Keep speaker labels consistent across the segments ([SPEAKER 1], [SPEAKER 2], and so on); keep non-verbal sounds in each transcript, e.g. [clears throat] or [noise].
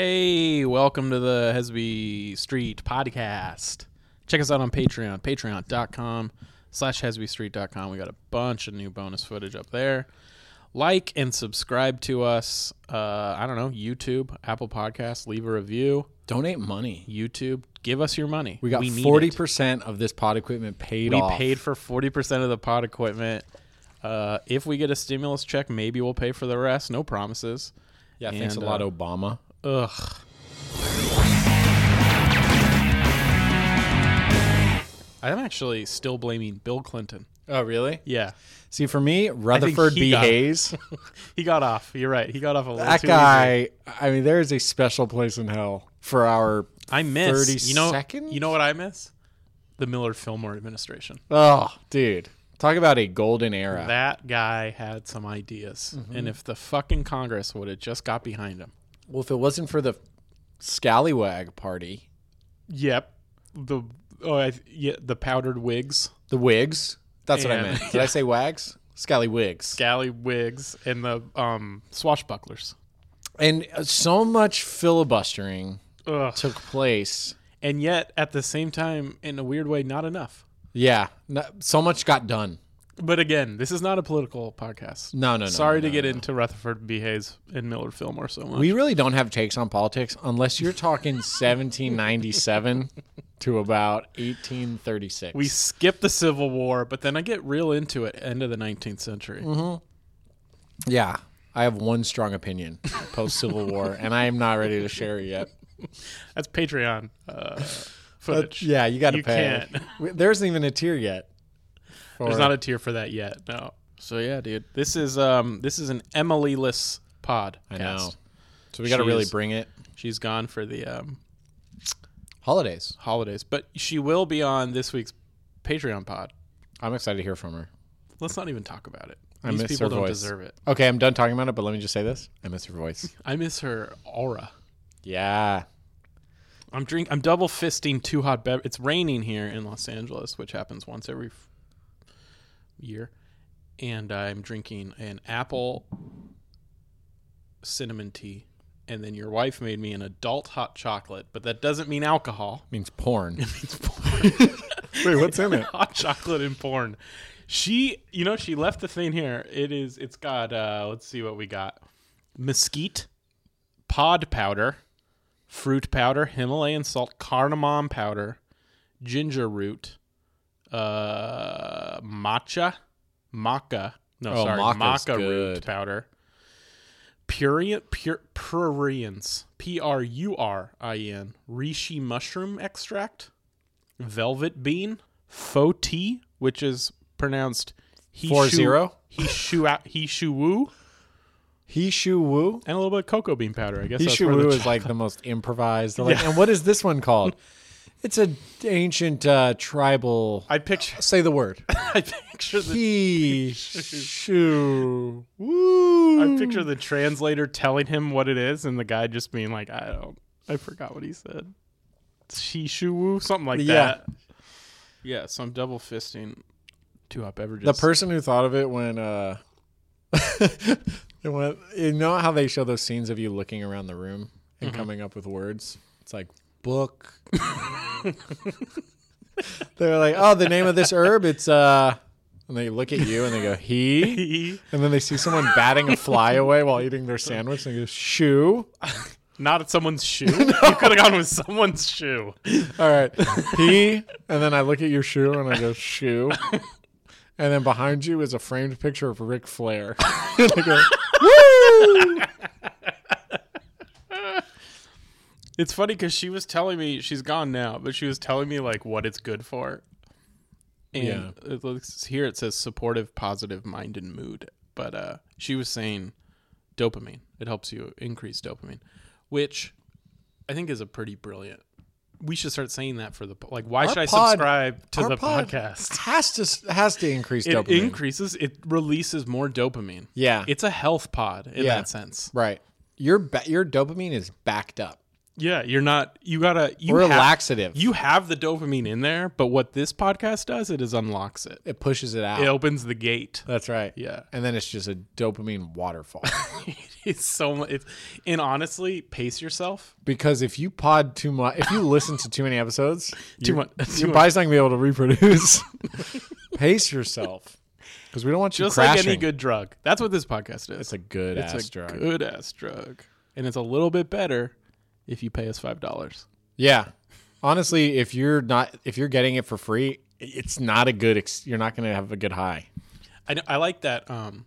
[SPEAKER 1] Hey, welcome to the Hesby Street podcast. Check us out on Patreon, patreon.com slash hesbystreet.com. We got a bunch of new bonus footage up there. Like and subscribe to us. Uh, I don't know, YouTube, Apple Podcasts, leave a review.
[SPEAKER 2] Donate money.
[SPEAKER 1] YouTube, give us your money.
[SPEAKER 2] We got
[SPEAKER 1] need
[SPEAKER 2] forty
[SPEAKER 1] it.
[SPEAKER 2] percent of this pod equipment paid
[SPEAKER 1] We
[SPEAKER 2] off.
[SPEAKER 1] paid for 40% of the pod equipment. Uh, if we get a stimulus check, maybe we'll pay for the rest. No promises.
[SPEAKER 2] yeah, thanks
[SPEAKER 1] and,
[SPEAKER 2] a lot,
[SPEAKER 1] uh,
[SPEAKER 2] Obama.
[SPEAKER 1] Ugh. I'm actually still blaming Bill Clinton.
[SPEAKER 2] Oh, really?
[SPEAKER 1] Yeah.
[SPEAKER 2] See, for me, Rutherford
[SPEAKER 1] he
[SPEAKER 2] B.
[SPEAKER 1] got it. [laughs]
[SPEAKER 2] Hayes,
[SPEAKER 1] He got off. You're right. He got off a little
[SPEAKER 2] that
[SPEAKER 1] too easy.
[SPEAKER 2] guy. I mean, there is a special place in hell for our.
[SPEAKER 1] I miss
[SPEAKER 2] 30
[SPEAKER 1] you know
[SPEAKER 2] seconds?
[SPEAKER 1] you know what I miss? The Miller Fillmore administration.
[SPEAKER 2] Oh, dude, talk about a golden era.
[SPEAKER 1] That guy had some ideas.
[SPEAKER 2] Mm-hmm.
[SPEAKER 1] And if the fucking Congress would have just got behind him.
[SPEAKER 2] well, if it wasn't for the scallywag party,
[SPEAKER 1] Yep. The oh I, yeah, the powdered wigs,
[SPEAKER 2] the wigs. That's what I
[SPEAKER 1] And- [laughs]
[SPEAKER 2] meant. Did I say wags? Scallywigs.
[SPEAKER 1] galley wigs, and the um swashbucklers.
[SPEAKER 2] And uh, so much filibustering
[SPEAKER 1] Ugh.
[SPEAKER 2] took place.
[SPEAKER 1] and yet at the same time in a weird way not enough
[SPEAKER 2] Yeah, no, so much got done.
[SPEAKER 1] but again this is not a political podcast
[SPEAKER 2] No, no, no.
[SPEAKER 1] sorry to
[SPEAKER 2] no, no,
[SPEAKER 1] get
[SPEAKER 2] no.
[SPEAKER 1] into rutherford b hayes and miller fillmore so much
[SPEAKER 2] We really don't have takes on politics unless you're talking 1797 to about 1836.
[SPEAKER 1] we skip the civil war but then i get real into it end of the 19th century
[SPEAKER 2] Mm-hmm. yeah, I have one strong opinion post Civil War, and I am not ready to share it yet.
[SPEAKER 1] that's patreon
[SPEAKER 2] [laughs]
[SPEAKER 1] uh, footage
[SPEAKER 2] yeah, you got to
[SPEAKER 1] You
[SPEAKER 2] pay.
[SPEAKER 1] can't.
[SPEAKER 2] We- There isn't even a tier yet.
[SPEAKER 1] there's
[SPEAKER 2] for-
[SPEAKER 1] not a tier for that yet no so yeah dude this is um this is an emily-less pod
[SPEAKER 2] I know. So we got to
[SPEAKER 1] She
[SPEAKER 2] really
[SPEAKER 1] is-
[SPEAKER 2] bring it.
[SPEAKER 1] she's gone for the um
[SPEAKER 2] Holidays.
[SPEAKER 1] holidays but she will be on this week's patreon pod
[SPEAKER 2] I'm excited to hear from her.
[SPEAKER 1] Let's not even talk about it.
[SPEAKER 2] I
[SPEAKER 1] These
[SPEAKER 2] miss
[SPEAKER 1] people
[SPEAKER 2] her
[SPEAKER 1] don't
[SPEAKER 2] voice.
[SPEAKER 1] deserve it.
[SPEAKER 2] Okay, I'm done talking about it, but let me just say this: I miss her
[SPEAKER 1] [laughs]
[SPEAKER 2] voice.
[SPEAKER 1] I miss her aura.
[SPEAKER 2] yeah.
[SPEAKER 1] I'm drink. I'm double fisting two hot bev. It's raining here in Los Angeles, which happens once every f- year, and I'm drinking an apple cinnamon tea. And then your wife made me an adult hot chocolate, but that doesn't mean alcohol. [laughs]
[SPEAKER 2] Means porn.
[SPEAKER 1] It's porn.
[SPEAKER 2] Wait, what's in
[SPEAKER 1] [laughs]
[SPEAKER 2] it?
[SPEAKER 1] hot chocolate and porn. She, you know, she left the thing here. It is. It's got. uh Let's see what we got. Mesquite, pod powder, fruit powder, Himalayan salt, cardamom powder, ginger root, uh, matcha, maca. No,
[SPEAKER 2] Oh,
[SPEAKER 1] sorry,
[SPEAKER 2] maca's
[SPEAKER 1] maca root
[SPEAKER 2] good.
[SPEAKER 1] powder. Purian, pur, pruriens, P R U R I E N, reishi mushroom extract, velvet bean, faux tea, which is pronounced he
[SPEAKER 2] Four zero?
[SPEAKER 1] he shu he shu woo,
[SPEAKER 2] He Shu Wu.
[SPEAKER 1] and a little bit of cocoa bean powder. I guess that's where the
[SPEAKER 2] Hishiwu is
[SPEAKER 1] ch-
[SPEAKER 2] like the most
[SPEAKER 1] [laughs]
[SPEAKER 2] improvised. They're like, and what is this one called? it's an ancient uh, tribal.
[SPEAKER 1] I picture [laughs]
[SPEAKER 2] say the word.
[SPEAKER 1] I picture the
[SPEAKER 2] Hishu.
[SPEAKER 1] I
[SPEAKER 2] Woo.
[SPEAKER 1] picture the translator telling him what it is, and the guy just being like, "I don't, I forgot what he said." Shishuwu, something like
[SPEAKER 2] Yeah.
[SPEAKER 1] that. Yeah, so I'm double fisting two hot beverages.
[SPEAKER 2] The person who thought of it when. Uh, [laughs] when you know how they show those scenes of you looking around the room and
[SPEAKER 1] Mm-hmm.
[SPEAKER 2] coming up with words? It's like book. [laughs] They're like, oh, the name of this herb, it's uh and they look at you and they go, he And then they see someone batting a fly away while eating their sandwich and they go, shoo.
[SPEAKER 1] [laughs] not at
[SPEAKER 2] [laughs]
[SPEAKER 1] someone's shoe. You could have gone with someone's shoe.
[SPEAKER 2] All right. He. And then I look at your shoe and I go, shoo. And then behind you is a framed picture of Ric Flair. and I go, woo!
[SPEAKER 1] It's funny because she was telling me she's gone now, but she was telling me like what it's good for. And it looks, here it says supportive, positive mind and mood. But uh, she was saying dopamine. It helps you increase dopamine, which I think is a pretty brilliant. We should start saying that for the like. Why should I
[SPEAKER 2] pod-
[SPEAKER 1] subscribe to
[SPEAKER 2] our
[SPEAKER 1] the
[SPEAKER 2] pod-
[SPEAKER 1] podcast?
[SPEAKER 2] Has to, has to increase
[SPEAKER 1] It
[SPEAKER 2] dopamine.
[SPEAKER 1] increases. It releases more dopamine.
[SPEAKER 2] yeah.
[SPEAKER 1] It's a health pod in
[SPEAKER 2] Yeah.
[SPEAKER 1] that sense.
[SPEAKER 2] right. Your, ba- your dopamine is backed up.
[SPEAKER 1] Yeah, you're not. You gotta. You
[SPEAKER 2] We're a
[SPEAKER 1] have-
[SPEAKER 2] laxative.
[SPEAKER 1] You have the dopamine in there, but what this podcast does, it is unlocks it.
[SPEAKER 2] it pushes it out.
[SPEAKER 1] It opens the gate. [laughs]
[SPEAKER 2] That's right.
[SPEAKER 1] Yeah.
[SPEAKER 2] And then it's just a dopamine waterfall.
[SPEAKER 1] it It's so much. It's, and honestly, pace yourself.
[SPEAKER 2] Because if you pod too much, if you listen to too many episodes,
[SPEAKER 1] [laughs] Too
[SPEAKER 2] your-
[SPEAKER 1] much- too
[SPEAKER 2] your
[SPEAKER 1] much.
[SPEAKER 2] body's not gonna be able
[SPEAKER 1] [laughs]
[SPEAKER 2] to reproduce. Pace yourself, because we don't want you
[SPEAKER 1] Just
[SPEAKER 2] crashing.
[SPEAKER 1] like any good drug. That's what this podcast is.
[SPEAKER 2] it's a good
[SPEAKER 1] It's
[SPEAKER 2] ass
[SPEAKER 1] a
[SPEAKER 2] drug.
[SPEAKER 1] good ass drug. And it's a little bit better if you pay us $5.
[SPEAKER 2] Yeah, honestly, if you're not, if you're getting it for free, it's not a good. Ex- you're not gonna have a good high.
[SPEAKER 1] I, know- I like that. Um,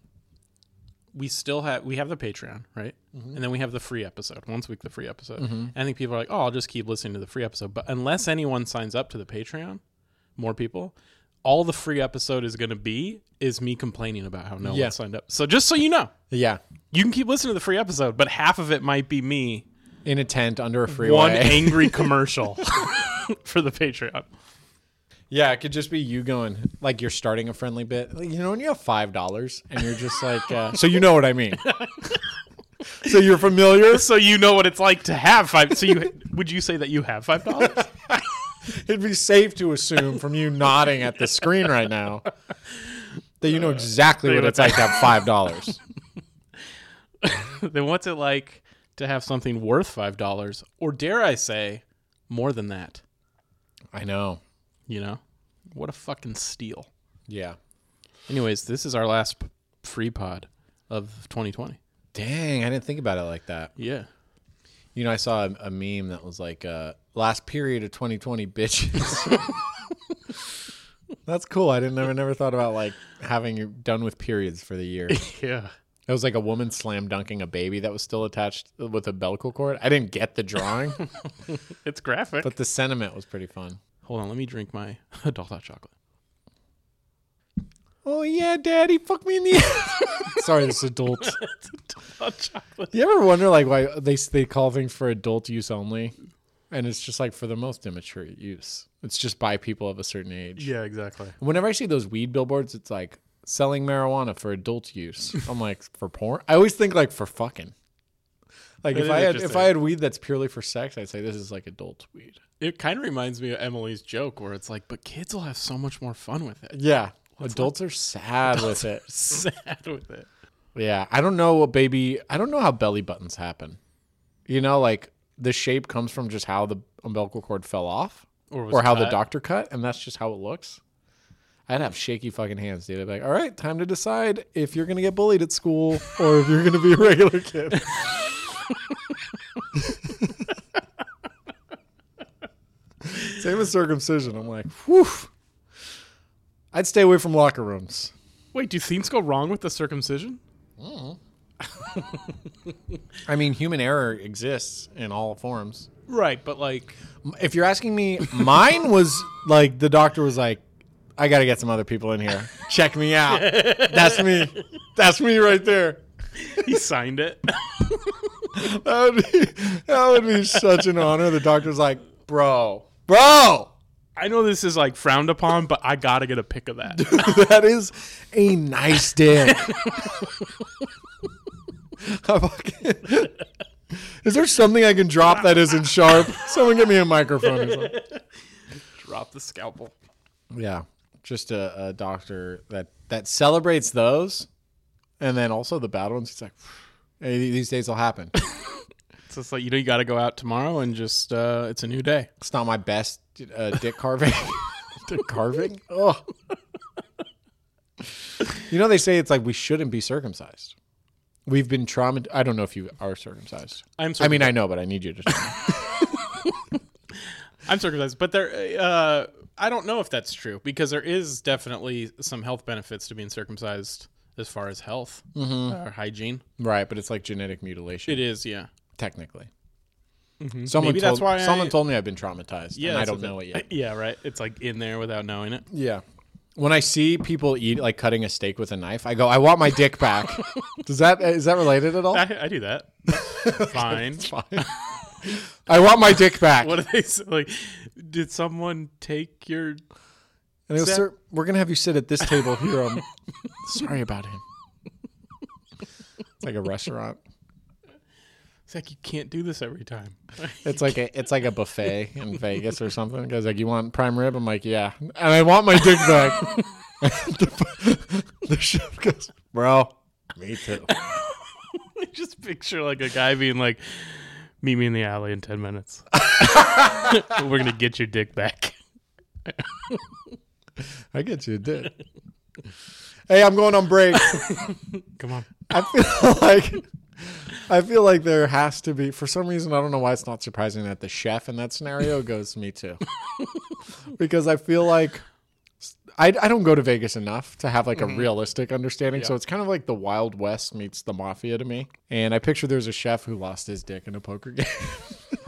[SPEAKER 1] we still have we have the Patreon, right? And then we have the free episode once a week. The free episode. And I think people are like, "Oh, I'll just keep listening to the free episode." But unless anyone signs up to the Patreon, more people, all the free episode is going to be is me complaining about how no
[SPEAKER 2] Yeah.
[SPEAKER 1] one signed up. So just so you know,
[SPEAKER 2] Yeah,
[SPEAKER 1] you can keep listening to the free episode, but half of it might be me
[SPEAKER 2] in a tent under a freeway.
[SPEAKER 1] one angry commercial [laughs] for the Patreon.
[SPEAKER 2] [laughs] Yeah, it could just be you going like you're starting a friendly bit. Like, you know, when you have five dollars and you're just
[SPEAKER 1] [laughs]
[SPEAKER 2] like, uh, so you know what I mean. so you're familiar.
[SPEAKER 1] So you know what it's like to have five. So you would you say that you have five dollars?
[SPEAKER 2] It'd be safe to assume from you nodding at the screen right now that you know exactly what it's like to have five dollars.
[SPEAKER 1] then what's it like to have something worth five dollars or dare i say more than that
[SPEAKER 2] [laughs] I know.
[SPEAKER 1] you know what a fucking steal
[SPEAKER 2] Yeah.
[SPEAKER 1] anyways this is our last p- free pod of 2020
[SPEAKER 2] Dang, I didn't think about it like that.
[SPEAKER 1] yeah
[SPEAKER 2] You know, I saw a, a meme that was like, uh, "Last period of 2020, bitches." [laughs] That's cool. I didn't never never thought about like having your done with periods for the year.
[SPEAKER 1] yeah
[SPEAKER 2] It was like a woman slam dunking a baby that was still attached with a belcal cord. I didn't get the drawing, [laughs]
[SPEAKER 1] it's graphic
[SPEAKER 2] but the sentiment was pretty fun.
[SPEAKER 1] hold on let me drink my [laughs] adult hot chocolate
[SPEAKER 2] Oh yeah, daddy, fuck me in the. [laughs] Sorry, this is adult.
[SPEAKER 1] hot chocolate
[SPEAKER 2] You ever wonder like why they they call things for adult use only, and it's just like for the most immature use. It's just by people of a certain age.
[SPEAKER 1] yeah exactly
[SPEAKER 2] Whenever I see those weed billboards, it's like selling marijuana for adult use. I'm like for porn. I always think like for fucking. Like
[SPEAKER 1] That
[SPEAKER 2] if
[SPEAKER 1] is
[SPEAKER 2] I had if
[SPEAKER 1] interesting.
[SPEAKER 2] I had weed that's purely for sex, I'd say this is like adult weed.
[SPEAKER 1] it kind of reminds me of emily's joke where it's like but kids will have so much more fun with it [laughs]
[SPEAKER 2] Yeah. adults are sad with it.
[SPEAKER 1] sad with it
[SPEAKER 2] Yeah. I don't know what baby, I don't know how belly buttons happen. You know, like the shape comes from just how the umbilical cord fell off
[SPEAKER 1] was
[SPEAKER 2] or how the
[SPEAKER 1] cut.
[SPEAKER 2] doctor cut, and that's just how it looks. I'd have shaky fucking hands, dude. I'd be like, all right, time to decide if you're going to get bullied at school or if you're going to be a regular kid. [laughs] Same as circumcision. I'm like, whew. I'd stay away from locker rooms.
[SPEAKER 1] wait do things go wrong with the circumcision
[SPEAKER 2] I mean, human error exists in all forms.
[SPEAKER 1] right but like
[SPEAKER 2] If you're asking me, mine was like the doctor was like, "I got to get some other people in here. Check me out. That's me. That's me right there."
[SPEAKER 1] [laughs] he signed it
[SPEAKER 2] That would be, that would be such an honor. The doctor's like, "Bro, bro, [laughs]
[SPEAKER 1] I know this is like frowned upon, but I gotta get a pic of that.
[SPEAKER 2] [laughs] that is a nice dick." [laughs] I fucking- [laughs] Is there something I can drop that isn't sharp? Someone get me a microphone. or something.
[SPEAKER 1] Drop the scalpel.
[SPEAKER 2] Yeah, just a, a doctor that that celebrates those, and then also the bad ones. It's like "Hey, these days
[SPEAKER 1] [laughs]
[SPEAKER 2] will happen.
[SPEAKER 1] It's just like you know you gotta go out tomorrow and just uh it's a new day.
[SPEAKER 2] It's not my best uh, dick
[SPEAKER 1] [laughs]
[SPEAKER 2] carving. dick carving. Oh, you know they say it's like we shouldn't be circumcised. We've been traumatized. I don't know if you are circumcised.
[SPEAKER 1] I'm
[SPEAKER 2] I mean,
[SPEAKER 1] circumcised.
[SPEAKER 2] I know, but I need you to.
[SPEAKER 1] [laughs] I'm circumcised, but there uh I don't know if that's true because there is definitely some health benefits to being circumcised as far as health
[SPEAKER 2] Mm-hmm.
[SPEAKER 1] or hygiene.
[SPEAKER 2] right, but it's like genetic mutilation,
[SPEAKER 1] It is, yeah.
[SPEAKER 2] technically. Someone
[SPEAKER 1] Maybe
[SPEAKER 2] told,
[SPEAKER 1] that's why I-
[SPEAKER 2] someone told me I've been traumatized,
[SPEAKER 1] Yeah,
[SPEAKER 2] and I
[SPEAKER 1] that's
[SPEAKER 2] don't
[SPEAKER 1] what
[SPEAKER 2] know it
[SPEAKER 1] the- [laughs] Yeah,
[SPEAKER 2] yet.
[SPEAKER 1] right. It's like in there without knowing it.
[SPEAKER 2] Yeah. When I see people eat like cutting a steak with a knife, I go, I want my dick back.
[SPEAKER 1] [laughs]
[SPEAKER 2] Does that is that related at all?
[SPEAKER 1] I, I do that. Fine.
[SPEAKER 2] [laughs] I want my dick back.
[SPEAKER 1] What are they s- like? Did someone take your?
[SPEAKER 2] and he goes,
[SPEAKER 1] that-
[SPEAKER 2] Sir, we're gonna have you sit at this table here.
[SPEAKER 1] [laughs]
[SPEAKER 2] Um, sorry about him. It's like a restaurant.
[SPEAKER 1] It's like you can't do this every time.
[SPEAKER 2] It's like a it's like a buffet in Vegas or something. Guys, like you want prime rib? I'm like, yeah, and I want my dick
[SPEAKER 1] [laughs]
[SPEAKER 2] back. [laughs]
[SPEAKER 1] [laughs]
[SPEAKER 2] the, the chef goes, bro, me too.
[SPEAKER 1] just picture like a guy being like, "Meet me in the alley in ten [laughs] minutes. We're gonna get your dick back." [laughs]
[SPEAKER 2] I get you, dude. [laughs] Hey, I'm going on break.
[SPEAKER 1] Come on.
[SPEAKER 2] I feel [laughs] like I feel like there has to be for some reason I don't know why it's not surprising that the chef in that scenario goes me too. because I feel like I, I don't go to Vegas enough to have like a realistic understanding. So it's kind of like the Wild West meets the mafia to me. And I picture there's a chef who lost his dick in a poker game. [laughs]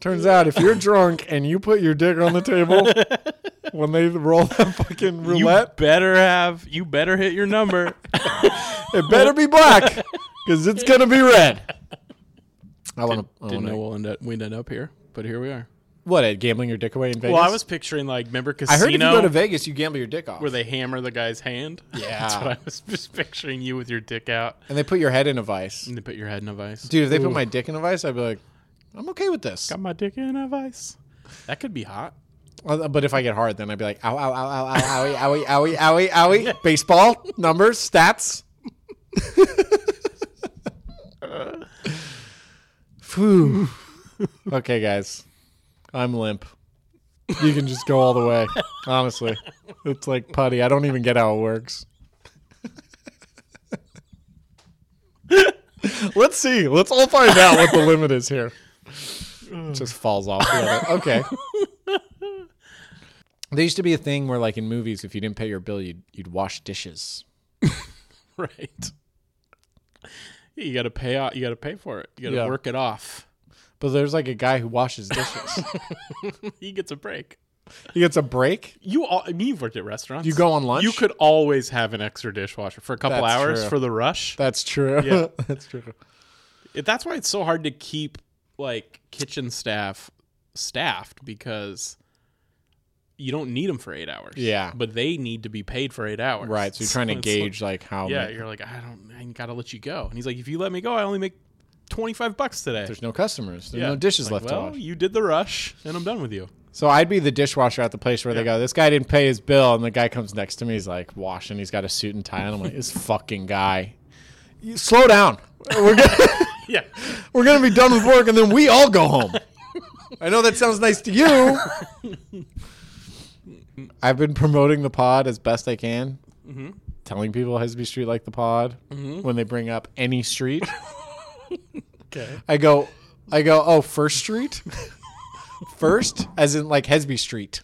[SPEAKER 2] Turns out if you're drunk and you put your dick on the table when they roll that fucking roulette,
[SPEAKER 1] You better have. You better hit your [laughs] number.
[SPEAKER 2] It better be black because it's gonna be red. I want to.
[SPEAKER 1] Didn't know we'll end up, we'd end up here, but here we are.
[SPEAKER 2] what at gambling your dick away in Vegas.
[SPEAKER 1] Well, I was picturing like remember
[SPEAKER 2] I heard if you
[SPEAKER 1] casino
[SPEAKER 2] go to Vegas, you gamble your dick off,
[SPEAKER 1] where they hammer the guy's [laughs] hand.
[SPEAKER 2] Yeah.
[SPEAKER 1] that's what I was just picturing you with your dick out
[SPEAKER 2] and they put your head in a vice.
[SPEAKER 1] and they put your head in a vice.
[SPEAKER 2] Dude, if they put my dick in a vice, I'd be like, I'm okay with this.
[SPEAKER 1] got my dick in a vice. That could be hot.
[SPEAKER 2] Uh, But if I get hard, then I'd be like, ow, ow, ow, ow, ow, owie, owie, owie, owie, owie. Baseball numbers, stats. Phew. Okay, guys, I'm limp. You can just go all the way. Honestly, it's like putty. I don't even get how it works. [laughs] Let's see. Let's all find out what the limit is here. It just falls off. The other. Okay. There used to be a thing where, like in movies, if you didn't pay your bill, you'd you'd wash dishes.
[SPEAKER 1] [laughs] Right. You got to pay out. You got to pay for it. You got to
[SPEAKER 2] Yeah.
[SPEAKER 1] work it off. [laughs]
[SPEAKER 2] But there's like a guy who washes dishes.
[SPEAKER 1] he gets a break.
[SPEAKER 2] he gets a break.
[SPEAKER 1] You all. I mean, you've worked at restaurants.
[SPEAKER 2] You go on lunch.
[SPEAKER 1] You could always have an extra dishwasher for a couple
[SPEAKER 2] That's
[SPEAKER 1] hours
[SPEAKER 2] true.
[SPEAKER 1] for the rush.
[SPEAKER 2] That's true. [laughs]
[SPEAKER 1] Yeah.
[SPEAKER 2] That's true.
[SPEAKER 1] It- That's why it's so hard to keep like kitchen staff staffed because you don't need them for eight hours.
[SPEAKER 2] Yeah.
[SPEAKER 1] but they need to be paid for eight hours.
[SPEAKER 2] Right. So you're trying to
[SPEAKER 1] it's like-
[SPEAKER 2] gauge like how.
[SPEAKER 1] yeah,
[SPEAKER 2] ma-
[SPEAKER 1] you're like, I don't. I got to let you go. And he's like, If you let me go, I only make twenty five bucks today.
[SPEAKER 2] There's no customers. There's
[SPEAKER 1] Yeah.
[SPEAKER 2] no dishes
[SPEAKER 1] Like,
[SPEAKER 2] left
[SPEAKER 1] well,
[SPEAKER 2] to wash.
[SPEAKER 1] you did the rush, and I'm done with you. [laughs]
[SPEAKER 2] So I'd be the dishwasher at the place where they go, this guy didn't pay his bill. And the guy comes next to me. He's like, washing. He's got a suit and tie. And I'm like, this fucking guy. You,
[SPEAKER 1] [laughs]
[SPEAKER 2] slow down. We're gonna,
[SPEAKER 1] Yeah,
[SPEAKER 2] [laughs] we're going to be done with work and then we all go home. I know that sounds nice to you. [laughs] I've been promoting the pod as best I can, telling people Hesby Street like the pod when they bring up any street.
[SPEAKER 1] okay.
[SPEAKER 2] I go, I go, oh, First Street? first, as in like Hesby Street.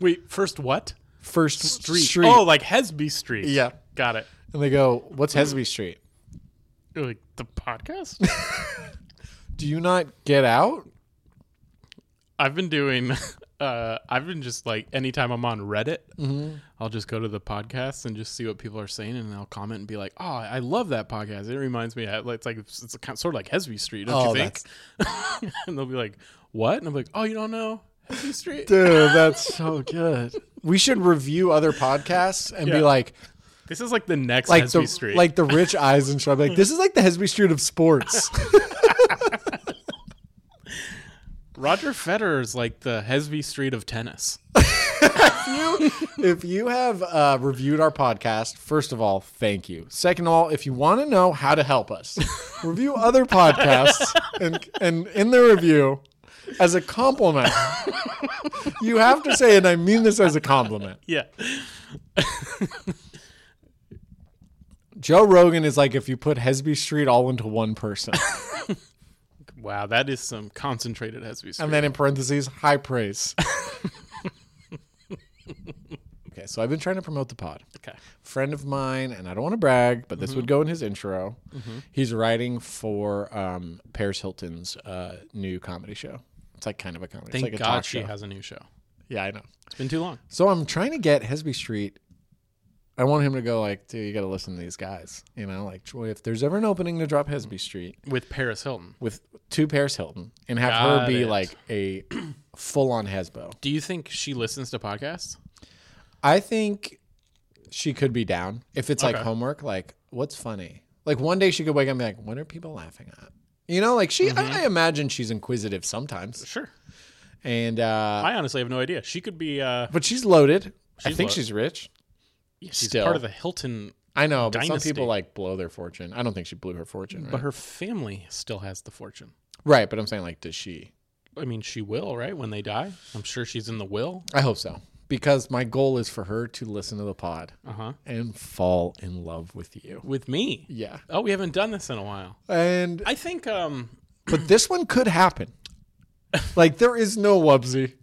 [SPEAKER 1] Wait, first what?
[SPEAKER 2] First Street.
[SPEAKER 1] Oh, like Hesby Street.
[SPEAKER 2] Yeah.
[SPEAKER 1] got it.
[SPEAKER 2] And they go, what's Hesby Street?
[SPEAKER 1] You're like the podcast. [laughs]
[SPEAKER 2] Do you not get out?
[SPEAKER 1] I've been doing. [laughs] Uh, I've been just like anytime I'm on Reddit,
[SPEAKER 2] Mm-hmm.
[SPEAKER 1] I'll just go to the podcast and just see what people are saying, and I'll comment and be like, "Oh, I love that podcast. It reminds me. Of, it's like it's, it's kind sort of like Hesby Street, don't
[SPEAKER 2] Oh,
[SPEAKER 1] you think?" [laughs] and they'll be like, "What?" And I'm like, "Oh, you don't know Hesby Street?
[SPEAKER 2] Dude, that's so good. We should review other podcasts and be
[SPEAKER 1] Yeah.
[SPEAKER 2] like,
[SPEAKER 1] This is like the next
[SPEAKER 2] like
[SPEAKER 1] Hesby
[SPEAKER 2] the
[SPEAKER 1] Street.
[SPEAKER 2] like
[SPEAKER 1] [laughs]
[SPEAKER 2] the rich eyes and stuff. Like this is like the Hesby Street of sports.
[SPEAKER 1] Roger Federer is like the Hesby Street of
[SPEAKER 2] [laughs]
[SPEAKER 1] tennis.
[SPEAKER 2] if you have uh, reviewed our podcast, first of all, thank you. Second of all, if you want to know how to help us, review other podcasts and and in the review as a compliment. you have to say, and I mean this as a compliment.
[SPEAKER 1] Yeah,
[SPEAKER 2] Joe Rogan is like if you put Hesby Street all into one person,
[SPEAKER 1] wow, that is some concentrated Hesby Street.
[SPEAKER 2] and then in parentheses,
[SPEAKER 1] [laughs]
[SPEAKER 2] high praise. okay, so I've been trying to promote the pod.
[SPEAKER 1] okay,
[SPEAKER 2] friend of mine, and I don't want to brag, but this would
[SPEAKER 1] Mm-hmm.
[SPEAKER 2] go in his intro. He's writing for um, Paris Hilton's uh, new comedy show. It's like kind of a comedy.
[SPEAKER 1] thank
[SPEAKER 2] it's like a
[SPEAKER 1] God
[SPEAKER 2] talk
[SPEAKER 1] she
[SPEAKER 2] show.
[SPEAKER 1] has a new show.
[SPEAKER 2] yeah, I know.
[SPEAKER 1] It's been too long.
[SPEAKER 2] So I'm trying to get Hesby Street. I want him to go like, dude, you got to listen to these guys. You know, like Troy. If there's ever an opening to drop Hesby Street
[SPEAKER 1] with Paris Hilton.
[SPEAKER 2] with two Paris Hilton and have her
[SPEAKER 1] Got
[SPEAKER 2] be
[SPEAKER 1] it.
[SPEAKER 2] like a [clears throat] full on Hesbo,
[SPEAKER 1] Do you think she listens to podcasts?
[SPEAKER 2] I think she could be down if it's like
[SPEAKER 1] Okay.
[SPEAKER 2] homework. Like, what's funny? Like one day she could wake up and be like, "What are people laughing at?" You know, like she.
[SPEAKER 1] Mm-hmm.
[SPEAKER 2] I, I imagine she's inquisitive sometimes,
[SPEAKER 1] Sure.
[SPEAKER 2] and uh,
[SPEAKER 1] I honestly have no idea. She could be. Uh,
[SPEAKER 2] but she's loaded. I
[SPEAKER 1] She's
[SPEAKER 2] think
[SPEAKER 1] loaded.
[SPEAKER 2] she's rich.
[SPEAKER 1] she's
[SPEAKER 2] Still.
[SPEAKER 1] part of the Hilton,
[SPEAKER 2] I know, but some
[SPEAKER 1] Dynasty.
[SPEAKER 2] people like blow their fortune. I don't think she blew her fortune, right?
[SPEAKER 1] but her family still has the fortune.
[SPEAKER 2] right, but I'm saying like, does she?
[SPEAKER 1] I mean, she will, right? When they die, I'm sure she's in the will.
[SPEAKER 2] I hope so, because my goal is for her to listen to the pod
[SPEAKER 1] Uh huh.
[SPEAKER 2] and fall in love with you.
[SPEAKER 1] With me.
[SPEAKER 2] Yeah,
[SPEAKER 1] Oh, we haven't done this in a while.
[SPEAKER 2] and
[SPEAKER 1] I think. Um.
[SPEAKER 2] but this one
[SPEAKER 1] [laughs]
[SPEAKER 2] could happen. Like there is no wubsy.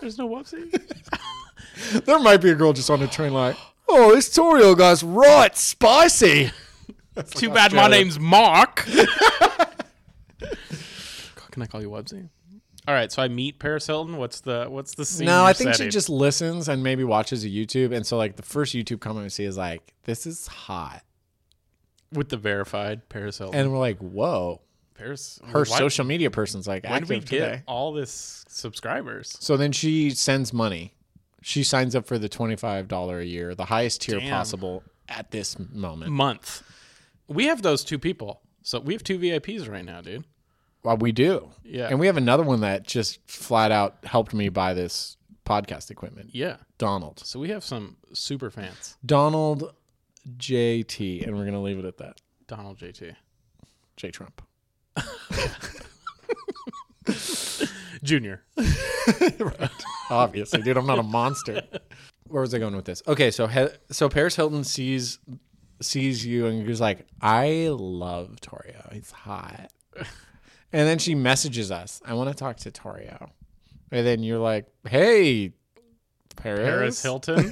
[SPEAKER 1] There's no [laughs] whoopsie.
[SPEAKER 2] There might be a girl just on the train like, oh, this Torio guy's right spicy.
[SPEAKER 1] Too bad my
[SPEAKER 2] Australia.
[SPEAKER 1] name's [laughs] Mark. Can I call you Websy? All right, so I meet Paris Hilton. What's the what's the scene?
[SPEAKER 2] No,
[SPEAKER 1] you're
[SPEAKER 2] I think
[SPEAKER 1] setting?
[SPEAKER 2] she just listens and maybe watches a YouTube. And so like the first YouTube comment we see is like, this is hot.
[SPEAKER 1] with the verified Paris Hilton.
[SPEAKER 2] And we're like, whoa.
[SPEAKER 1] Paris,
[SPEAKER 2] Her
[SPEAKER 1] why,
[SPEAKER 2] social media person's like,
[SPEAKER 1] Why did
[SPEAKER 2] active
[SPEAKER 1] we get
[SPEAKER 2] today.
[SPEAKER 1] all this subscribers?
[SPEAKER 2] So then she sends money. She signs up for the $25 a year, the highest tier
[SPEAKER 1] Damn.
[SPEAKER 2] possible at this moment.
[SPEAKER 1] Month. We have those two people, so we have two VIPs right now, dude.
[SPEAKER 2] Well, Uh, we do.
[SPEAKER 1] Yeah.
[SPEAKER 2] And we have another one that just flat out helped me buy this podcast equipment.
[SPEAKER 1] Yeah,
[SPEAKER 2] Donald.
[SPEAKER 1] so we have some super fans.
[SPEAKER 2] Donald JT, and we're gonna leave it at that.
[SPEAKER 1] Donald JT
[SPEAKER 2] J Trump.
[SPEAKER 1] Junior.
[SPEAKER 2] right. Obviously, dude, I'm not
[SPEAKER 1] [laughs]
[SPEAKER 2] a monster. Where was I going with this? Okay, so he- so Paris Hilton sees sees you and he's like, "I love Torio. He's hot." And then she messages us, "I want to talk to Torio." And then you're like, "Hey, Paris,
[SPEAKER 1] Paris
[SPEAKER 2] [laughs]
[SPEAKER 1] Hilton.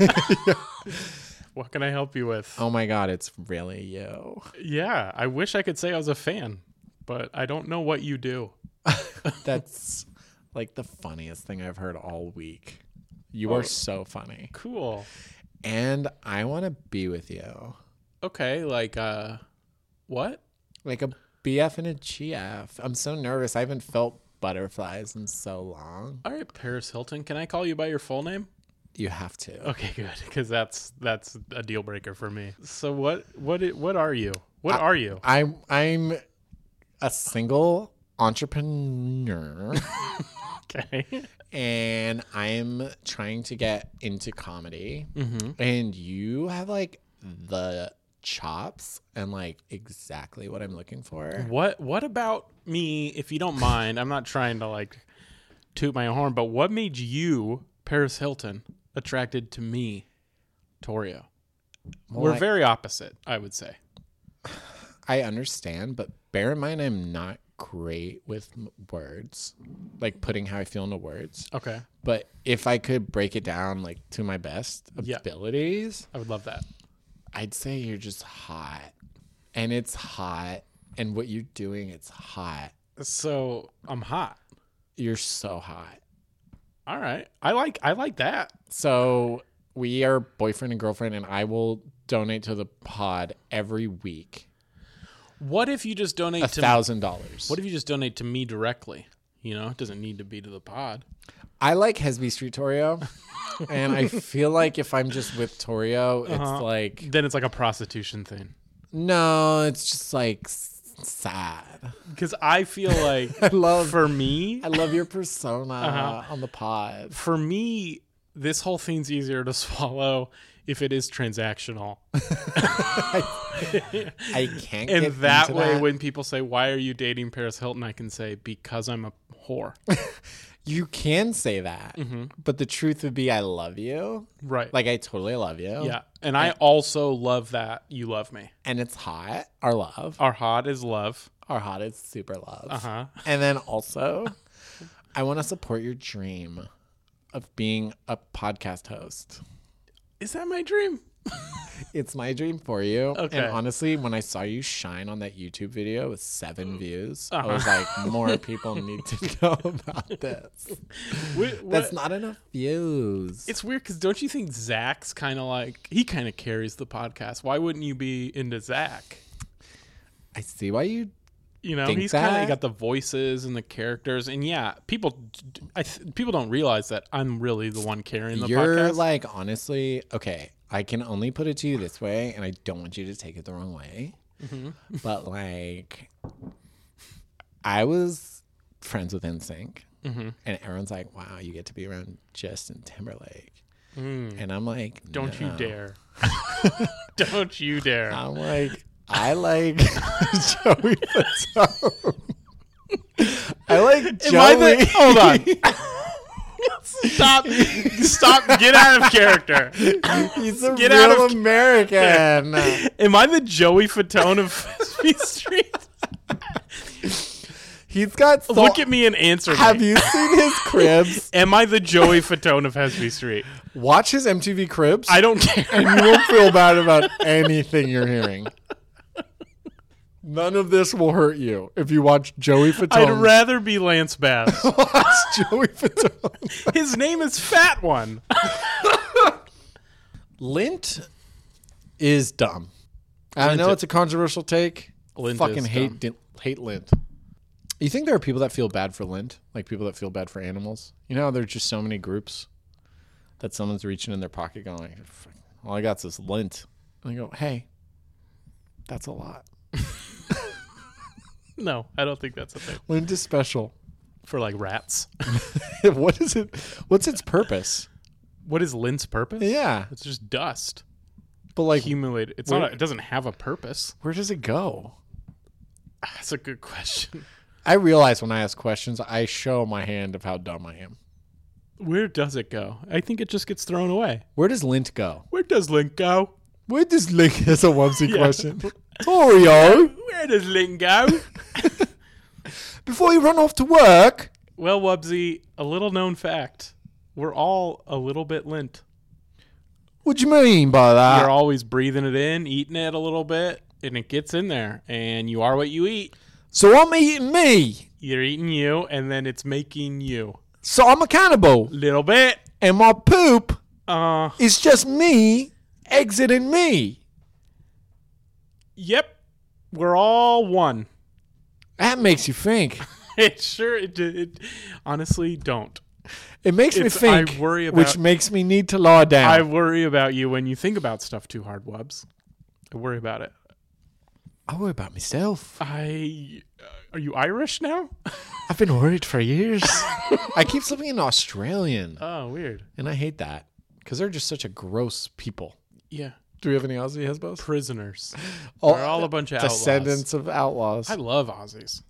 [SPEAKER 1] what can I help you with?
[SPEAKER 2] Oh my god, it's really you.
[SPEAKER 1] Yeah, I wish I could say I was a fan, but I don't know what you do.
[SPEAKER 2] That's like the funniest thing I've heard all week. You are so funny.
[SPEAKER 1] Cool.
[SPEAKER 2] and I want to be with you.
[SPEAKER 1] Okay, like uh what?
[SPEAKER 2] Like a BF and a GF. I'm so nervous. I haven't felt butterflies in so long.
[SPEAKER 1] All right, Paris Hilton, can I call you by your full name?
[SPEAKER 2] You have to.
[SPEAKER 1] Okay, good, cuz that's that's a deal breaker for me. So what what i- what are you? What are
[SPEAKER 2] [laughs]
[SPEAKER 1] you?
[SPEAKER 2] I'm I'm a single entrepreneur [laughs]
[SPEAKER 1] Okay.
[SPEAKER 2] and I'm trying to get into comedy.
[SPEAKER 1] Mhm.
[SPEAKER 2] And you have like the chops and like exactly what I'm looking for.
[SPEAKER 1] What what about me if you don't mind? I'm not trying to like toot my own horn, but what made you, Paris Hilton, attracted to me, Torio?
[SPEAKER 2] Well,
[SPEAKER 1] We're
[SPEAKER 2] I-
[SPEAKER 1] very opposite, I would say.
[SPEAKER 2] I understand, but bear in mind I'm not great with m- words, like putting how I feel into words.
[SPEAKER 1] Okay.
[SPEAKER 2] But if I could break it down like to my best
[SPEAKER 1] Yeah.
[SPEAKER 2] abilities,
[SPEAKER 1] I would love that.
[SPEAKER 2] I'd say you're just hot. And it's hot and what you're doing it's hot.
[SPEAKER 1] So I'm hot.
[SPEAKER 2] You're so hot.
[SPEAKER 1] All right. I like I like that.
[SPEAKER 2] So we are boyfriend and girlfriend and I will donate to the pod every week.
[SPEAKER 1] What if you just donate
[SPEAKER 2] A
[SPEAKER 1] to
[SPEAKER 2] thousand dollars.
[SPEAKER 1] What if you just donate to me directly? You know, it doesn't need to be to the pod.
[SPEAKER 2] I like Hesby Street Torio, and I feel like if I'm just with Torio, it's
[SPEAKER 1] Uh-huh.
[SPEAKER 2] like
[SPEAKER 1] Then it's like a prostitution thing.
[SPEAKER 2] no, it's just like s- sad.
[SPEAKER 1] Cuz I
[SPEAKER 2] [laughs]
[SPEAKER 1] feel like
[SPEAKER 2] I love-
[SPEAKER 1] for me
[SPEAKER 2] I love your persona
[SPEAKER 1] Uh-huh.
[SPEAKER 2] on the pod.
[SPEAKER 1] for me this whole thing's easier to [laughs] swallow if it is transactional.
[SPEAKER 2] I can't.
[SPEAKER 1] And
[SPEAKER 2] [laughs] get
[SPEAKER 1] that
[SPEAKER 2] into
[SPEAKER 1] way when people say why are you dating Paris Hilton, I can say because I'm a
[SPEAKER 2] [laughs]
[SPEAKER 1] whore.
[SPEAKER 2] you can say that,
[SPEAKER 1] Mm-hmm.
[SPEAKER 2] but the truth would be, I love you.
[SPEAKER 1] right.
[SPEAKER 2] Like I totally love you.
[SPEAKER 1] yeah. And I also love that you love me.
[SPEAKER 2] and it's hot. Our love,
[SPEAKER 1] Our hot is love.
[SPEAKER 2] our hot is super love.
[SPEAKER 1] Uh-huh.
[SPEAKER 2] And then also, I want to support your dream of being a podcast host.
[SPEAKER 1] Is that my dream?
[SPEAKER 2] It's my dream for you.
[SPEAKER 1] Okay.
[SPEAKER 2] And honestly, when I saw you shine on that YouTube video with
[SPEAKER 1] Mm.
[SPEAKER 2] seven views, I
[SPEAKER 1] Uh-huh.
[SPEAKER 2] was like, more people need
[SPEAKER 1] [laughs]
[SPEAKER 2] to know about this.
[SPEAKER 1] Wh- what-
[SPEAKER 2] That's not enough views.
[SPEAKER 1] it's weird because don't you think Zach's kind of like he kind of carries the podcast? Why wouldn't you be into Zach?
[SPEAKER 2] I see why you.
[SPEAKER 1] You know,
[SPEAKER 2] Think
[SPEAKER 1] he's kind
[SPEAKER 2] that?
[SPEAKER 1] of got the voices and the characters, and yeah, people, d- d- I th- people don't realize that I'm really the one carrying the
[SPEAKER 2] You're
[SPEAKER 1] podcast.
[SPEAKER 2] like, honestly, okay, I can only put it to you this way, and I don't want you to take it the wrong way.
[SPEAKER 1] Mm-hmm.
[SPEAKER 2] But like, I was
[SPEAKER 1] Mm-hmm.
[SPEAKER 2] friends with NSYNC, and everyone's like, wow, you get to be around Justin Timberlake. And I'm like,
[SPEAKER 1] Mm. Don't
[SPEAKER 2] no.
[SPEAKER 1] you dare. [laughs] Don't you dare.
[SPEAKER 2] I'm like, I like [laughs] Joey Fatone. I like Joey.
[SPEAKER 1] Am I the- hold on. Stop. Stop. Get out of character.
[SPEAKER 2] [laughs] He's a
[SPEAKER 1] Get
[SPEAKER 2] real
[SPEAKER 1] out of-
[SPEAKER 2] American.
[SPEAKER 1] [laughs] Am I the Joey Fatone of Sesame
[SPEAKER 2] [laughs]
[SPEAKER 1] Street?
[SPEAKER 2] He's got. So,
[SPEAKER 1] Look at me and answer
[SPEAKER 2] Have
[SPEAKER 1] me.
[SPEAKER 2] you seen his cribs?
[SPEAKER 1] [laughs] Am I the Joey Fatone of Hesby Street?
[SPEAKER 2] Watch his MTV cribs.
[SPEAKER 1] I don't
[SPEAKER 2] [laughs]
[SPEAKER 1] care.
[SPEAKER 2] you won't feel bad about anything you're hearing. None of this will hurt you if you watch Joey
[SPEAKER 1] I'd
[SPEAKER 2] Fatone.
[SPEAKER 1] rather be Lance Bass.
[SPEAKER 2] [laughs] watch Joey Fatone.
[SPEAKER 1] His name is Fat One.
[SPEAKER 2] Lint is dumb. I
[SPEAKER 1] Lint
[SPEAKER 2] know
[SPEAKER 1] i-
[SPEAKER 2] it's a controversial take.
[SPEAKER 1] Lint
[SPEAKER 2] Fucking
[SPEAKER 1] is
[SPEAKER 2] hate di- hate lint. You think there are people that feel bad for lint, like people that feel bad for animals? You know, how there's just so many groups that someone's reaching in their pocket, going, like, "Fuck, "All I got's this lint," and I go, "Hey, that's a lot.
[SPEAKER 1] No, I don't think that's a thing.
[SPEAKER 2] Lint is special."
[SPEAKER 1] For like rats.
[SPEAKER 2] [laughs] what is it? What's its purpose?
[SPEAKER 1] What is Lint's purpose?
[SPEAKER 2] Yeah,
[SPEAKER 1] It's just dust.
[SPEAKER 2] but like,
[SPEAKER 1] Accumulated. It's not a, it doesn't have a purpose. [laughs]
[SPEAKER 2] where does it go?
[SPEAKER 1] That's a good question.
[SPEAKER 2] I realize when I ask questions, I show my hand of how dumb I am.
[SPEAKER 1] Where does it go? I think it just gets thrown away.
[SPEAKER 2] Where does lint go?
[SPEAKER 1] Where does Lint go?
[SPEAKER 2] Where does [laughs] lint? That's a wumsy
[SPEAKER 1] question.
[SPEAKER 2] Torio,
[SPEAKER 1] Where does Lint go?
[SPEAKER 2] before you run off to work,
[SPEAKER 1] [laughs] well, Wubsy, a little known fact. We're all a little bit lint.
[SPEAKER 2] what do you mean by that?
[SPEAKER 1] You're always breathing it in, eating it a little bit, and it gets in there. And you are what you eat.
[SPEAKER 2] so I'm eating me.
[SPEAKER 1] You're eating you, and then it's making you.
[SPEAKER 2] So I'm a cannibal,
[SPEAKER 1] Little bit.
[SPEAKER 2] and my poop
[SPEAKER 1] Uh,
[SPEAKER 2] is just me exiting me.
[SPEAKER 1] yep. We're all one. [laughs]
[SPEAKER 2] That makes you think.
[SPEAKER 1] It sure, it, it honestly don't.
[SPEAKER 2] It makes me
[SPEAKER 1] It's- I
[SPEAKER 2] think,
[SPEAKER 1] worry
[SPEAKER 2] which
[SPEAKER 1] about-
[SPEAKER 2] makes me need to lie down.
[SPEAKER 1] I worry about you when you think about stuff too hard, Wubs. I worry about it.
[SPEAKER 2] I worry about myself.
[SPEAKER 1] I. Uh, are you Irish now?
[SPEAKER 2] I've been worried for years. [laughs] I keep slipping in Australian,
[SPEAKER 1] Oh, weird.
[SPEAKER 2] and I hate that because they're just such a gross people.
[SPEAKER 1] Yeah.
[SPEAKER 2] Do we have any Aussie husbands?
[SPEAKER 1] Prisoners.
[SPEAKER 2] All,
[SPEAKER 1] They're all a bunch of outlaws.
[SPEAKER 2] Oh, descendants of outlaws.
[SPEAKER 1] I love Aussies.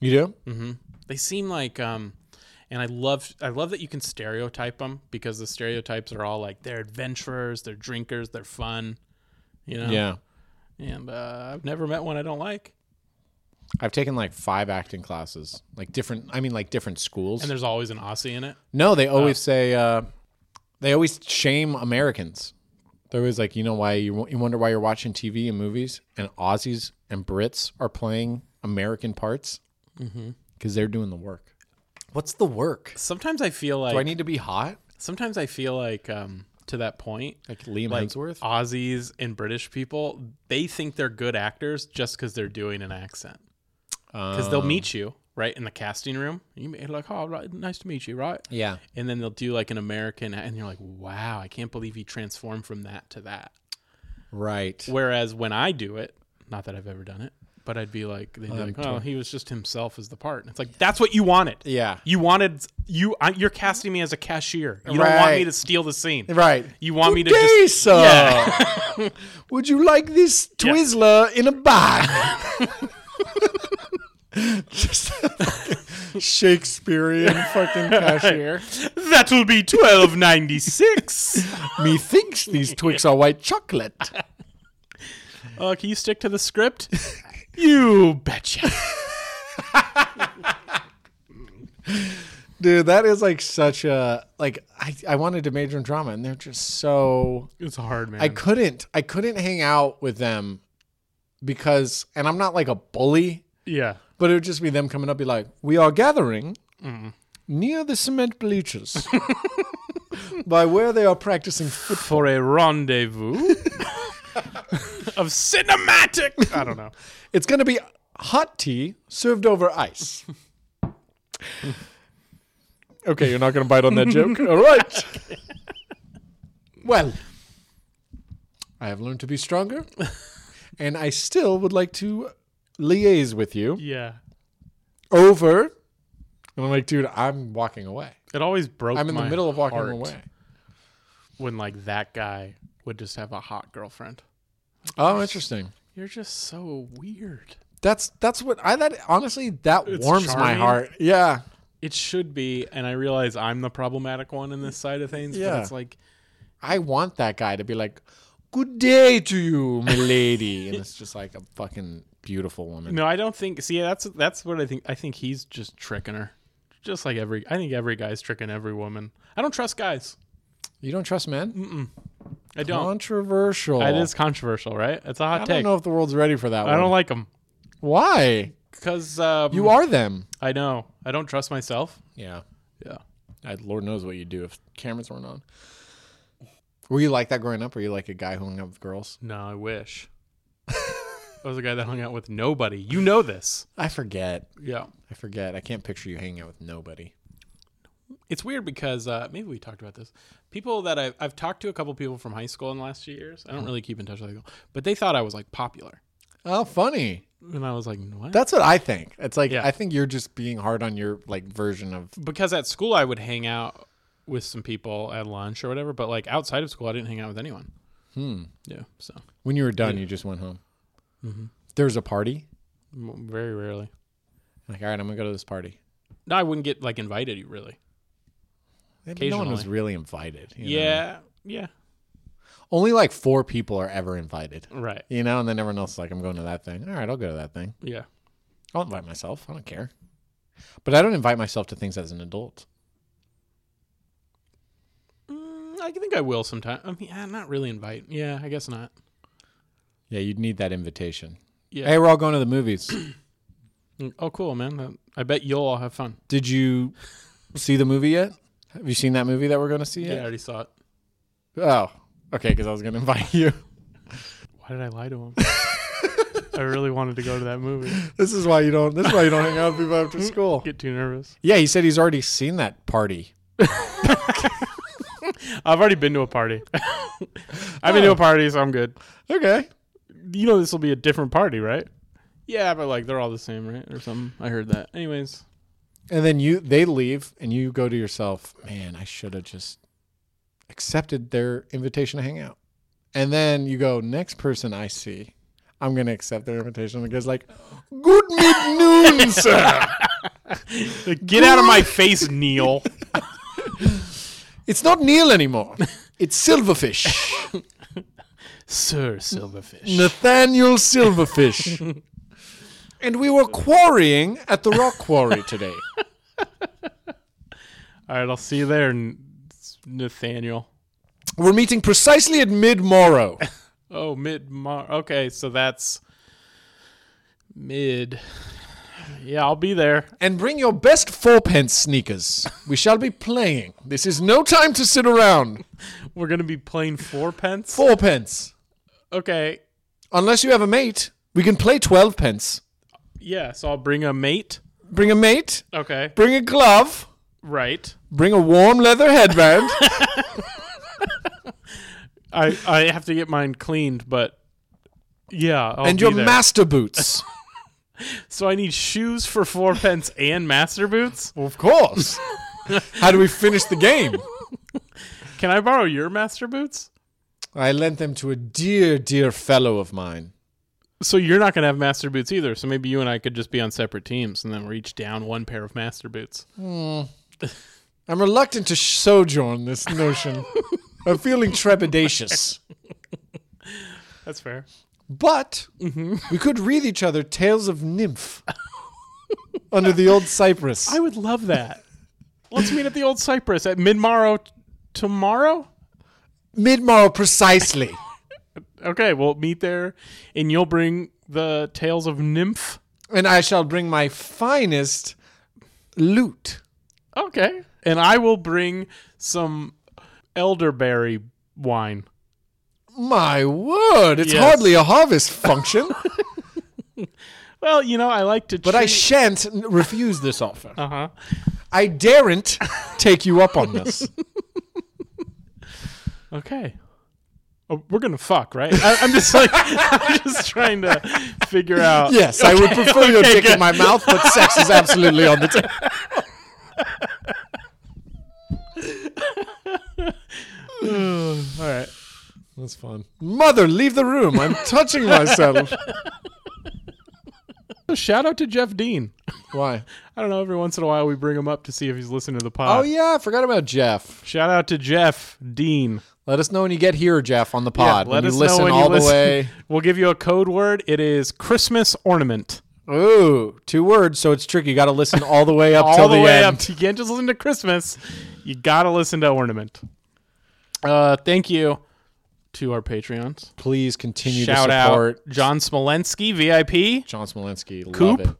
[SPEAKER 2] you do?
[SPEAKER 1] They seem like um and I love I love that you can stereotype them because the stereotypes are all like they're adventurers, they're drinkers, they're fun, you know.
[SPEAKER 2] Yeah.
[SPEAKER 1] And uh, I've never met one I don't like.
[SPEAKER 2] I've taken like five acting classes, like different. I mean, like different schools.
[SPEAKER 1] And Oh. there's always an Aussie in it.
[SPEAKER 2] No, they always say uh, they always shame Americans. They're always like, you know, why you, you wonder why you're watching TV and movies, and Aussies and Brits are playing American parts
[SPEAKER 1] Mm-hmm.
[SPEAKER 2] because they're doing the work. What's the work?
[SPEAKER 1] Sometimes I feel like
[SPEAKER 2] Do I need to be hot
[SPEAKER 1] sometimes I feel like um to that point
[SPEAKER 2] like Liam
[SPEAKER 1] like uh,
[SPEAKER 2] Hemsworth?
[SPEAKER 1] Aussies and British people, they think they're good actors just because they're doing an accent. Because they'll meet
[SPEAKER 2] Um.
[SPEAKER 1] you right in the casting room. You may- like, oh, right, nice to meet you, right?
[SPEAKER 2] Yeah,
[SPEAKER 1] and then they'll do like an American, and you're like, wow, I can't believe he transformed from that to that.
[SPEAKER 2] right.
[SPEAKER 1] Whereas when I do it, not that I've ever done it, but I'd be like, they'd be like, oh, he was just himself as the part. And it's like that's what you wanted.
[SPEAKER 2] Yeah,
[SPEAKER 1] You wanted you. I, you're casting me as a cashier. You don't want me
[SPEAKER 2] Right.
[SPEAKER 1] to steal the scene.
[SPEAKER 2] right.
[SPEAKER 1] You want me to
[SPEAKER 2] Okay,
[SPEAKER 1] just
[SPEAKER 2] so
[SPEAKER 1] Yeah.
[SPEAKER 2] [laughs] would you like this Twizzler in a bag?
[SPEAKER 1] [laughs]
[SPEAKER 2] Just a fucking Shakespearean fucking cashier.
[SPEAKER 1] that'll be twelve ninety six.
[SPEAKER 2] Methinks these Twix are white chocolate.
[SPEAKER 1] [laughs] Uh, can you stick to the script? [laughs] you betcha.
[SPEAKER 2] Dude, that is like such a like I, I wanted to major in drama and they're just so
[SPEAKER 1] It's hard, man.
[SPEAKER 2] I couldn't I couldn't hang out with them because and I'm not like a bully,
[SPEAKER 1] yeah.
[SPEAKER 2] but it would just be them coming up be like, We are gathering near the cement bleachers [laughs] by where they are practicing foot
[SPEAKER 1] for a [laughs] rendezvous of cinematic. I don't know.
[SPEAKER 2] It's going to be hot tea served over ice. [laughs] okay, you're not going to bite on that [laughs] joke? All right. Well, I have learned to be stronger, and I still would like to liaise with you
[SPEAKER 1] Yeah,
[SPEAKER 2] over. And I'm like, dude, I'm walking away.
[SPEAKER 1] it always broke.
[SPEAKER 2] I'm in the
[SPEAKER 1] my
[SPEAKER 2] middle of walking
[SPEAKER 1] heart
[SPEAKER 2] away.
[SPEAKER 1] when like that guy would just have a hot girlfriend.
[SPEAKER 2] Oh, interesting.
[SPEAKER 1] You're just so weird.
[SPEAKER 2] That's that's what I that honestly that
[SPEAKER 1] It's
[SPEAKER 2] warms my
[SPEAKER 1] charming.
[SPEAKER 2] heart. Yeah.
[SPEAKER 1] It should be, and I realize I'm the problematic one in this side of things.
[SPEAKER 2] Yeah.
[SPEAKER 1] But it's like
[SPEAKER 2] I want that guy to be like, "Good day to you,
[SPEAKER 1] [laughs]
[SPEAKER 2] milady," and it's just like a fucking beautiful woman.
[SPEAKER 1] no, I don't think. See, that's that's what I think. I think he's just tricking her, just like every. I think every guy's tricking every woman. I don't trust guys.
[SPEAKER 2] You don't trust men?
[SPEAKER 1] I don't.
[SPEAKER 2] Controversial.
[SPEAKER 1] That is controversial, right? It's a hot
[SPEAKER 2] I
[SPEAKER 1] take.
[SPEAKER 2] don't know if the world's ready for that
[SPEAKER 1] I don't
[SPEAKER 2] one.
[SPEAKER 1] like them
[SPEAKER 2] Why?
[SPEAKER 1] because um,
[SPEAKER 2] You are them.
[SPEAKER 1] I know. I don't trust myself.
[SPEAKER 2] Yeah.
[SPEAKER 1] Yeah.
[SPEAKER 2] I, Lord knows what you'd do if cameras weren't on. Were you like that growing up? Were you like a guy who hung out with girls?
[SPEAKER 1] No, I wish. [laughs] I was a guy that hung out with nobody. You know this.
[SPEAKER 2] I forget.
[SPEAKER 1] Yeah.
[SPEAKER 2] I forget. I can't picture you hanging out with nobody.
[SPEAKER 1] It's weird because uh, maybe we talked about this. People that I've, I've talked to, a couple people from high school in the last few years. I
[SPEAKER 2] Mm-hmm.
[SPEAKER 1] don't really keep in touch with people, but they thought I was like popular,
[SPEAKER 2] Oh, funny.
[SPEAKER 1] and I was like, what?
[SPEAKER 2] That's what I think. It's like
[SPEAKER 1] Yeah.
[SPEAKER 2] I think you're just being hard on your like version of
[SPEAKER 1] because at school I would hang out with some people at lunch or whatever, but like outside of school, I didn't hang out with anyone.
[SPEAKER 2] Hmm.
[SPEAKER 1] Yeah. So
[SPEAKER 2] when you were done, you just went home.
[SPEAKER 1] Mm-hmm.
[SPEAKER 2] There was a party.
[SPEAKER 1] m- very rarely.
[SPEAKER 2] Like, all right, I'm gonna go to this party.
[SPEAKER 1] No, I wouldn't get like invited. Really.
[SPEAKER 2] Maybe No one was
[SPEAKER 1] Occasionally.
[SPEAKER 2] really invited. you know?
[SPEAKER 1] Yeah. Yeah.
[SPEAKER 2] Only like four people are ever invited.
[SPEAKER 1] Right.
[SPEAKER 2] You know, and then everyone else is like, I'm going to that thing. All right, I'll go to that thing.
[SPEAKER 1] Yeah.
[SPEAKER 2] I'll invite myself. I don't care. But I don't invite myself to things as an adult.
[SPEAKER 1] Mm, I think I will sometime. I mean, i not really invite. Yeah, I guess not.
[SPEAKER 2] Yeah, you'd need that invitation.
[SPEAKER 1] Yeah.
[SPEAKER 2] Hey, we're all going to the movies.
[SPEAKER 1] Mm, Oh, cool, man. That- I bet you'll all have fun.
[SPEAKER 2] Did you see the movie yet? Have you seen that movie that we're going to see
[SPEAKER 1] Yeah. I
[SPEAKER 2] yet?
[SPEAKER 1] already saw it.
[SPEAKER 2] Oh, okay, because I was going to [laughs] invite you.
[SPEAKER 1] Why did I lie to [laughs] him? I really wanted to go to that movie.
[SPEAKER 2] This is why you don't. This is why you don't hang out with people after school.
[SPEAKER 1] Get too nervous.
[SPEAKER 2] [laughs] Yeah, he said he's already seen that party.
[SPEAKER 1] I've already been to a party. [laughs] I've been to a party, so I'm good.
[SPEAKER 2] Okay.
[SPEAKER 1] You know, this will be a different party, right? Yeah, but like they're all the same, right? Or something. I heard that. Anyways,
[SPEAKER 2] And then you they leave and you go to yourself, man, I should have just accepted their invitation to hang out. And then you go, next person I see, I'm gonna accept their invitation. And the guy's like, Good [laughs] mid noon, sir.
[SPEAKER 1] get out [laughs] of my face, Neil.
[SPEAKER 2] It's not Neil anymore. It's Silverfish.
[SPEAKER 1] Sir Silverfish.
[SPEAKER 2] [laughs] Nathaniel Silverfish. and we were quarrying at the rock quarry today.
[SPEAKER 1] All right, I'll see you there, N- Nathaniel.
[SPEAKER 2] We're meeting precisely at mid morrow.
[SPEAKER 1] Oh, mid Mar. Okay, so that's mid. Yeah, I'll be there.
[SPEAKER 2] and bring your best fourpence sneakers. We shall be playing. This is no time to sit around.
[SPEAKER 1] We're gonna be playing four pence.
[SPEAKER 2] Fourpence.
[SPEAKER 1] Okay,
[SPEAKER 2] Unless you have a mate, we can play twelve pence.
[SPEAKER 1] yeah. So I'll bring a mate.
[SPEAKER 2] Bring a mate,
[SPEAKER 1] Okay,
[SPEAKER 2] bring a glove,
[SPEAKER 1] right.
[SPEAKER 2] bring a warm leather headband.
[SPEAKER 1] I I have to get mine cleaned, but yeah. I'll
[SPEAKER 2] and
[SPEAKER 1] be
[SPEAKER 2] your
[SPEAKER 1] there.
[SPEAKER 2] master boots.
[SPEAKER 1] So I need shoes for four pence and master boots.
[SPEAKER 2] of course. [laughs] How do we finish the game?
[SPEAKER 1] Can I borrow your master boots?
[SPEAKER 2] I lent them to a dear, dear fellow of mine.
[SPEAKER 1] So you're not gonna have master boots either. So maybe you and I could just be on separate teams, and then we're each down one pair of master boots.
[SPEAKER 2] I'm reluctant to sojourn this notion. I'm feeling trepidatious.
[SPEAKER 1] That's fair.
[SPEAKER 2] But
[SPEAKER 1] Mm-hmm.
[SPEAKER 2] we could read each other tales of nymph [laughs] under the old cypress.
[SPEAKER 1] I would love that. Let's meet at the old Cypress at mid morrow t- tomorrow.
[SPEAKER 2] Mid morrow precisely.
[SPEAKER 1] Okay, we'll meet there, and you'll bring the tales of nymph.
[SPEAKER 2] and I shall bring my finest lute.
[SPEAKER 1] Okay, and I will bring some elderberry wine.
[SPEAKER 2] My word, it's
[SPEAKER 1] Yes.
[SPEAKER 2] hardly a harvest
[SPEAKER 1] [laughs]
[SPEAKER 2] function,
[SPEAKER 1] Well, you know I like to.
[SPEAKER 2] but I shan't n- refuse this offer.
[SPEAKER 1] uh huh.
[SPEAKER 2] I daren't take you up
[SPEAKER 1] [laughs]
[SPEAKER 2] on this.
[SPEAKER 1] Okay. Oh, we're gonna fuck, right? I, I'm just like [laughs] I'm just trying to figure out.
[SPEAKER 2] Yes, I would prefer your
[SPEAKER 1] okay,
[SPEAKER 2] dick
[SPEAKER 1] good.
[SPEAKER 2] in my mouth, but sex is absolutely on the table. That's fun. Mother, leave the room. I'm touching myself.
[SPEAKER 1] [laughs] So shout out to Jeff Dean.
[SPEAKER 2] Why?
[SPEAKER 1] I don't know. Every once in a while, we bring him up to see if he's listening to the pod.
[SPEAKER 2] Oh yeah, I forgot about Jeff.
[SPEAKER 1] Shout out to Jeff Dean.
[SPEAKER 2] Let us know when you get here, Jeff, on the pod.
[SPEAKER 1] Yeah, let
[SPEAKER 2] when
[SPEAKER 1] us
[SPEAKER 2] you listen
[SPEAKER 1] know when
[SPEAKER 2] all
[SPEAKER 1] you
[SPEAKER 2] the
[SPEAKER 1] listen.
[SPEAKER 2] way.
[SPEAKER 1] [laughs] We'll give you a code word. It is Christmas ornament.
[SPEAKER 2] [laughs] Ooh, two words, so it's tricky. You got to listen [laughs] all the way up
[SPEAKER 1] All
[SPEAKER 2] till
[SPEAKER 1] the,
[SPEAKER 2] the,
[SPEAKER 1] way
[SPEAKER 2] end.
[SPEAKER 1] up. To, you can't just listen to Christmas. You gotta listen to ornament. Uh, thank you to our Patreons.
[SPEAKER 2] Please continue
[SPEAKER 1] Shout
[SPEAKER 2] to support
[SPEAKER 1] out John Smolensky, VIP.
[SPEAKER 2] John Smolensky.
[SPEAKER 1] Coop.
[SPEAKER 2] Love it.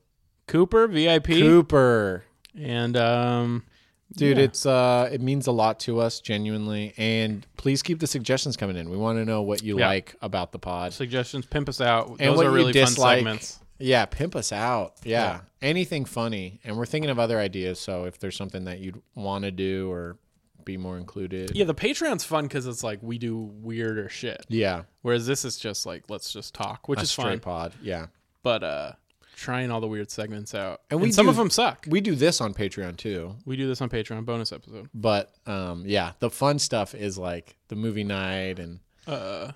[SPEAKER 1] Cooper, VIP.
[SPEAKER 2] Cooper.
[SPEAKER 1] And um,
[SPEAKER 2] Dude, it's uh it means a lot to us genuinely and please keep the suggestions coming in. We want to know what you
[SPEAKER 1] Yeah.
[SPEAKER 2] like about the pod.
[SPEAKER 1] suggestions, pimp us out.
[SPEAKER 2] And
[SPEAKER 1] Those
[SPEAKER 2] what
[SPEAKER 1] are
[SPEAKER 2] you
[SPEAKER 1] really
[SPEAKER 2] dislike.
[SPEAKER 1] fun segments.
[SPEAKER 2] Yeah, pimp us out. Yeah. Anything funny. And we're thinking of other ideas, so if there's something that you'd want to do or be more included.
[SPEAKER 1] Yeah, the Patreon's fun because it's like we do weirder shit.
[SPEAKER 2] Yeah.
[SPEAKER 1] Whereas this is just like let's just talk, which
[SPEAKER 2] A
[SPEAKER 1] is
[SPEAKER 2] straight
[SPEAKER 1] fine.
[SPEAKER 2] pod. Yeah.
[SPEAKER 1] But uh trying all the weird segments out, and,
[SPEAKER 2] we
[SPEAKER 1] some
[SPEAKER 2] do-
[SPEAKER 1] of them suck.
[SPEAKER 2] We do this on Patreon too.
[SPEAKER 1] We do this on Patreon bonus episode.
[SPEAKER 2] But um, yeah, the fun stuff is like the movie night and
[SPEAKER 1] Uh,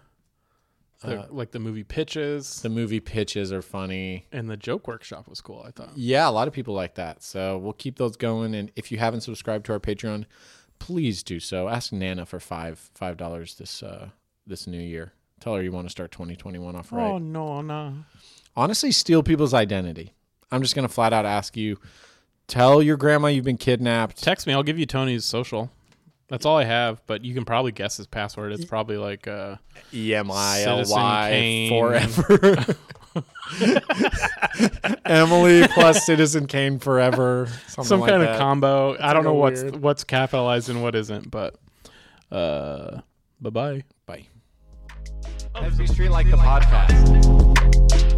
[SPEAKER 1] the- like Uh, the movie pitches
[SPEAKER 2] the movie pitches are funny.
[SPEAKER 1] and the joke workshop was cool. I thought.
[SPEAKER 2] Yeah, a lot of people like that. So we'll keep those going. And if you haven't subscribed to our Patreon, please do so. Ask Nana for five five dollars this uh, this new year. Tell her you want to start 2021 off right.
[SPEAKER 1] Oh, no, no.
[SPEAKER 2] Honestly, steal people's identity. I'm just gonna flat out ask you. Tell your grandma you've been kidnapped.
[SPEAKER 1] Text me. I'll give you Tony's social. That's all I have, but you can probably guess his password. It's probably like uh,
[SPEAKER 2] E
[SPEAKER 1] Citizen
[SPEAKER 2] EMILY
[SPEAKER 1] Kane.
[SPEAKER 2] forever. [laughs] Emily plus Citizen Kane forever. Something
[SPEAKER 1] some
[SPEAKER 2] like
[SPEAKER 1] kind
[SPEAKER 2] that.
[SPEAKER 1] of combo. I don't
[SPEAKER 2] kinda
[SPEAKER 1] know what's
[SPEAKER 2] weird.
[SPEAKER 1] what's capitalized and what isn't, but uh, bye bye.
[SPEAKER 2] Bye.
[SPEAKER 3] Every Street Like the Podcast.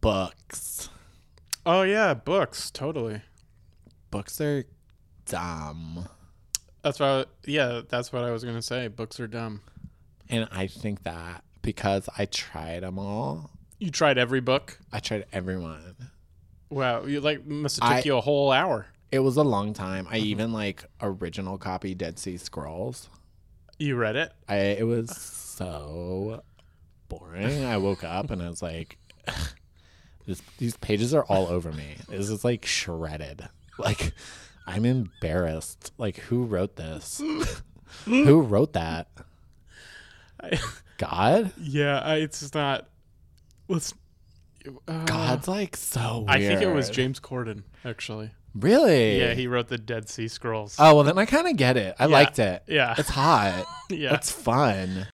[SPEAKER 2] Bucks.
[SPEAKER 1] Oh yeah, books totally.
[SPEAKER 2] Bucks are dumb.
[SPEAKER 1] That's what. I, yeah, that's what I was gonna say. Books are dumb.
[SPEAKER 2] And I think that because I tried them all,
[SPEAKER 1] You tried every book.
[SPEAKER 2] I tried everyone.
[SPEAKER 1] Wow, you like must have
[SPEAKER 2] I-
[SPEAKER 1] took you a whole hour.
[SPEAKER 2] It was a long time. I even like original copy Dead Sea Scrolls.
[SPEAKER 1] You read it.
[SPEAKER 2] I it was so boring. I woke up and I was like, [laughs] this, these pages are all over me. This is like shredded. Like I'm embarrassed. Like who wrote this? [laughs] who wrote that?
[SPEAKER 1] I, [laughs]
[SPEAKER 2] God?
[SPEAKER 1] yeah, I, it's just not. Let's. uh,
[SPEAKER 2] God's like so weird.
[SPEAKER 1] I think it was James Corden actually.
[SPEAKER 2] Really?
[SPEAKER 1] Yeah, he wrote the Dead Sea Scrolls.
[SPEAKER 2] Oh well then I kinda get it. I liked it.
[SPEAKER 1] yeah, [laughs]
[SPEAKER 2] It's hot.
[SPEAKER 1] yeah.
[SPEAKER 2] It's fun.